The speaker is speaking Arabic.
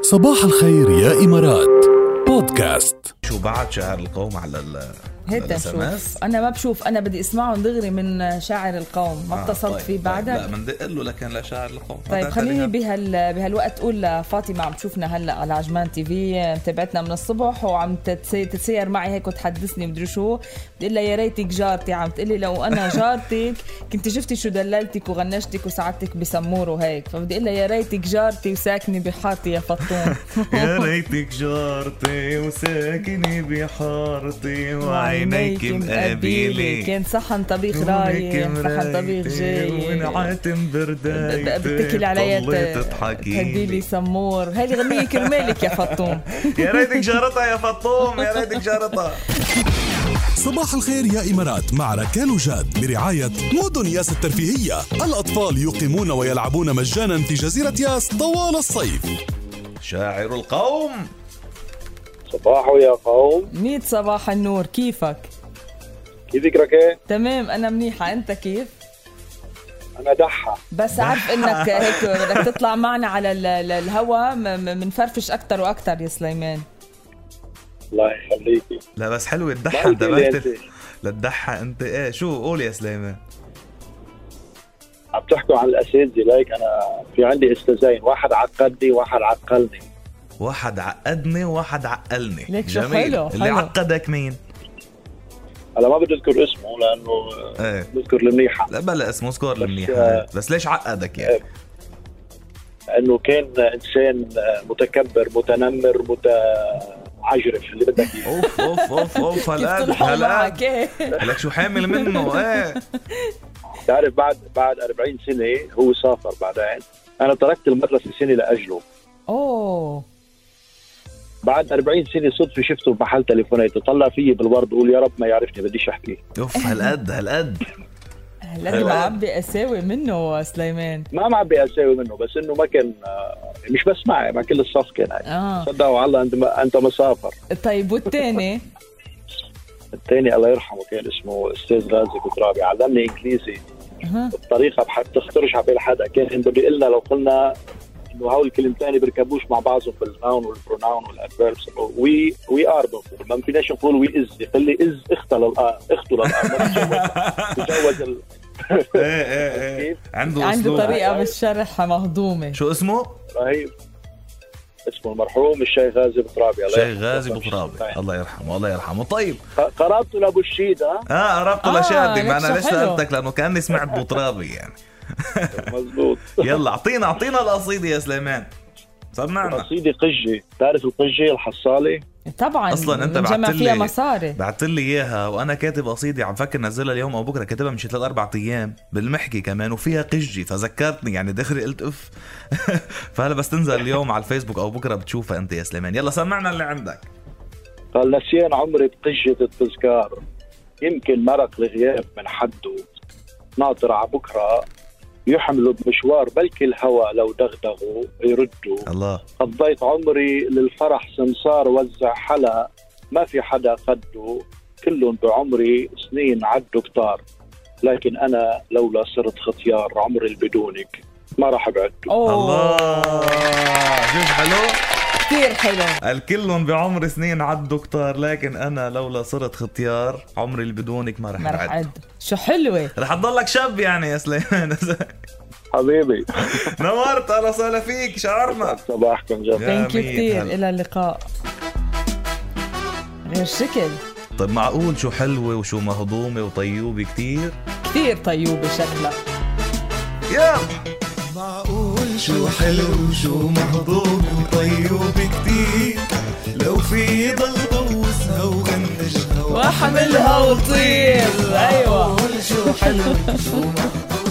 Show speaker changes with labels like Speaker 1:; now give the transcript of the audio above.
Speaker 1: صباح الخير يا إمارات بودكاست
Speaker 2: شو بعد شعر القوم على ال
Speaker 3: هيدا شوف انا ما بشوف انا بدي اسمعهم دغري من شاعر القوم ما اتصلت فيه
Speaker 2: آه، طيب، لا
Speaker 3: بعدك
Speaker 2: بندق له لكن لشعر القوم
Speaker 3: طيب
Speaker 2: حتى
Speaker 3: خليني
Speaker 2: انتبه.
Speaker 3: بهال بهالوقت اقول لفاطمه عم تشوفنا هلا على عجمان تي في متابعتنا من الصبح وعم تتسي- تتسير معي هيك وتحدثني مدري شو بتقول لها يا ريتك جارتي عم تقول لي لو انا جارتك كنت شفتي شو دللتك وغنشتك وساعدتك بسمور وهيك فبدي اقول لها يا ريتك جارتي وساكنه بحارتي يا فطوم
Speaker 2: يا ريتك جارتي وساكنة بحارتي وعينيك مقابلة
Speaker 3: كان صحن طبيخ رايح صحن طبيخ جاي
Speaker 2: ونعاتم بردايتك
Speaker 3: بتكل علي
Speaker 2: طليت
Speaker 3: تهدي لي
Speaker 2: تضحكي
Speaker 3: سمور هذه غنية كرمالك يا فطوم
Speaker 2: يا ريتك جارتها يا فطوم يا ريتك جارتها
Speaker 1: صباح الخير يا إمارات مع ركال وجاد برعاية مدن ياس الترفيهية الأطفال يقيمون ويلعبون مجانا في جزيرة ياس طوال الصيف
Speaker 2: شاعر القوم
Speaker 4: صباحو يا قوم
Speaker 3: ميت صباح النور كيفك
Speaker 4: كيفك ركاء
Speaker 3: تمام انا منيحة انت كيف
Speaker 4: انا دحى
Speaker 3: بس عارف انك هيك بدك تطلع معنا على ال- ال- الهوا م- م- منفرفش اكثر واكثر يا سليمان
Speaker 4: الله يخليكي
Speaker 2: لا بس حلوة الدحة
Speaker 4: ما قلت لي
Speaker 2: انتبهت
Speaker 4: أنت.
Speaker 2: للدحة انت ايه شو قول يا سليمان
Speaker 4: عم تحكوا عن الاساتذه ليك انا في عندي استاذين واحد عقدني واحد عقلني
Speaker 2: واحد عقدني وواحد عقلني
Speaker 3: ليك شو حلو،
Speaker 2: اللي
Speaker 3: حلو.
Speaker 2: عقدك مين؟
Speaker 4: هلا ما بدي اذكر اسمه لانه آه،
Speaker 2: ايه
Speaker 4: بذكر المنيحه
Speaker 2: لا بلا اسمه سكور المنيح
Speaker 4: آه،
Speaker 2: هذا. بس ليش عقدك يعني؟
Speaker 4: انه كان انسان آه، متكبر متنمر متعجرف اللي بدك اياه
Speaker 2: اوف اوف اوف اوف
Speaker 3: كيف
Speaker 2: هالقد
Speaker 3: طلعوا
Speaker 2: هالقد
Speaker 3: معك إيه.
Speaker 2: لك شو حامل منه ايه
Speaker 4: تعرف بعد بعد 40 سنه هو سافر بعدين انا تركت المدرسه سنه لاجله
Speaker 3: اوه
Speaker 4: بعد 40 سنه صدفه شفته بمحل تليفوناته طلع فيي بالورد وقول يا رب ما يعرفني بديش احكي
Speaker 2: اوف هالقد هالقد
Speaker 3: هلا معبي اساوي منه سليمان
Speaker 4: ما عم عبي اساوي منه بس انه ما كان آه، مش بس معي مع كل الصف كان يعني
Speaker 3: اه
Speaker 4: صدقوا على انت انت مسافر
Speaker 3: طيب والتاني
Speaker 4: الثاني الله يرحمه كان اسمه استاذ غازي كترابي علمني انجليزي
Speaker 3: ها
Speaker 4: بطريقه بح- بتخطرش على بال حدا كان بده يقول لنا لو قلنا انه هول الكلمتين بيركبوش مع بعضهم بالناون والبروناون والادفيربس وي وي ار بنقول ما فيناش نقول وي از يقول لي از اختها للار اخته للار تجوز ال...
Speaker 2: ايه ايه ايه
Speaker 4: كيف؟
Speaker 2: عنده
Speaker 3: عنده
Speaker 2: اسلوب
Speaker 3: طريقة بالشرح مهضومة
Speaker 2: شو اسمه؟
Speaker 4: رهيب اسمه المرحوم الشيخ غازي بترابي الله
Speaker 2: شيخ
Speaker 4: يرحمه.
Speaker 2: غازي
Speaker 4: طيب.
Speaker 2: بقرابي الله يرحمه الله يرحمه طيب
Speaker 4: قرابته لابو الشيد ها
Speaker 2: اه قربته
Speaker 3: آه،
Speaker 2: لشادي
Speaker 3: لك
Speaker 2: ما انا
Speaker 3: شو
Speaker 2: ليش
Speaker 3: حلو.
Speaker 2: سالتك لانه كاني سمعت بطرابي يعني
Speaker 4: مزبوط
Speaker 2: يلا اعطينا اعطينا القصيده يا سليمان سمعنا
Speaker 4: قصيدة قجة تعرف القجة الحصالة
Speaker 3: طبعا
Speaker 2: أصلاً أنت
Speaker 3: بنجمع
Speaker 2: بعتلي-
Speaker 3: فيها مصاري
Speaker 2: بعت لي اياها وانا كاتب قصيده عم فكر نزلها اليوم او بكره كاتبها من شي ثلاث اربع ايام بالمحكي كمان وفيها قجي فذكرتني يعني دغري قلت اف فهلا بس تنزل اليوم على الفيسبوك او بكره بتشوفها انت يا سليمان يلا سمعنا اللي عندك
Speaker 4: قال نسيان عمري بقجة التذكار يمكن مرق الغياب من حده ناطر على بكرة يحمل بمشوار بلكي الهوى لو دغدغوا يردوا
Speaker 2: الله
Speaker 4: قضيت عمري للفرح سمسار وزع حلا ما في حدا قده كلهم بعمري سنين عدوا كتار لكن أنا لولا صرت ختيار عمري اللي بدونك ما راح بعد
Speaker 3: أوه.
Speaker 2: الله شوف حلو
Speaker 3: كثير حلو
Speaker 2: قال كلهم بعمر سنين عدوا كتار لكن انا لولا صرت ختيار عمري اللي بدونك ما رح
Speaker 3: ما رح
Speaker 2: بعد
Speaker 3: عد شو حلوة
Speaker 2: رح تضلك شاب يعني يا سليمان
Speaker 4: حبيبي
Speaker 2: نورت اهلا وسهلا فيك شعرنا
Speaker 4: صباحكم جميل
Speaker 2: يا
Speaker 3: ثانك يو
Speaker 2: ميت
Speaker 3: كثير
Speaker 2: هلا.
Speaker 3: إلى اللقاء غير شكل
Speaker 2: طيب معقول شو حلوة وشو مهضومة وطيوبة كتير
Speaker 3: كثير طيوبة شكلها
Speaker 2: يلا
Speaker 5: معقول شو حلو شو مهضوم وطيوب كتير لو في ضل بوسها وغنجها
Speaker 3: واحملها وطير أيوة
Speaker 5: معقول شو حلو شو مهضوم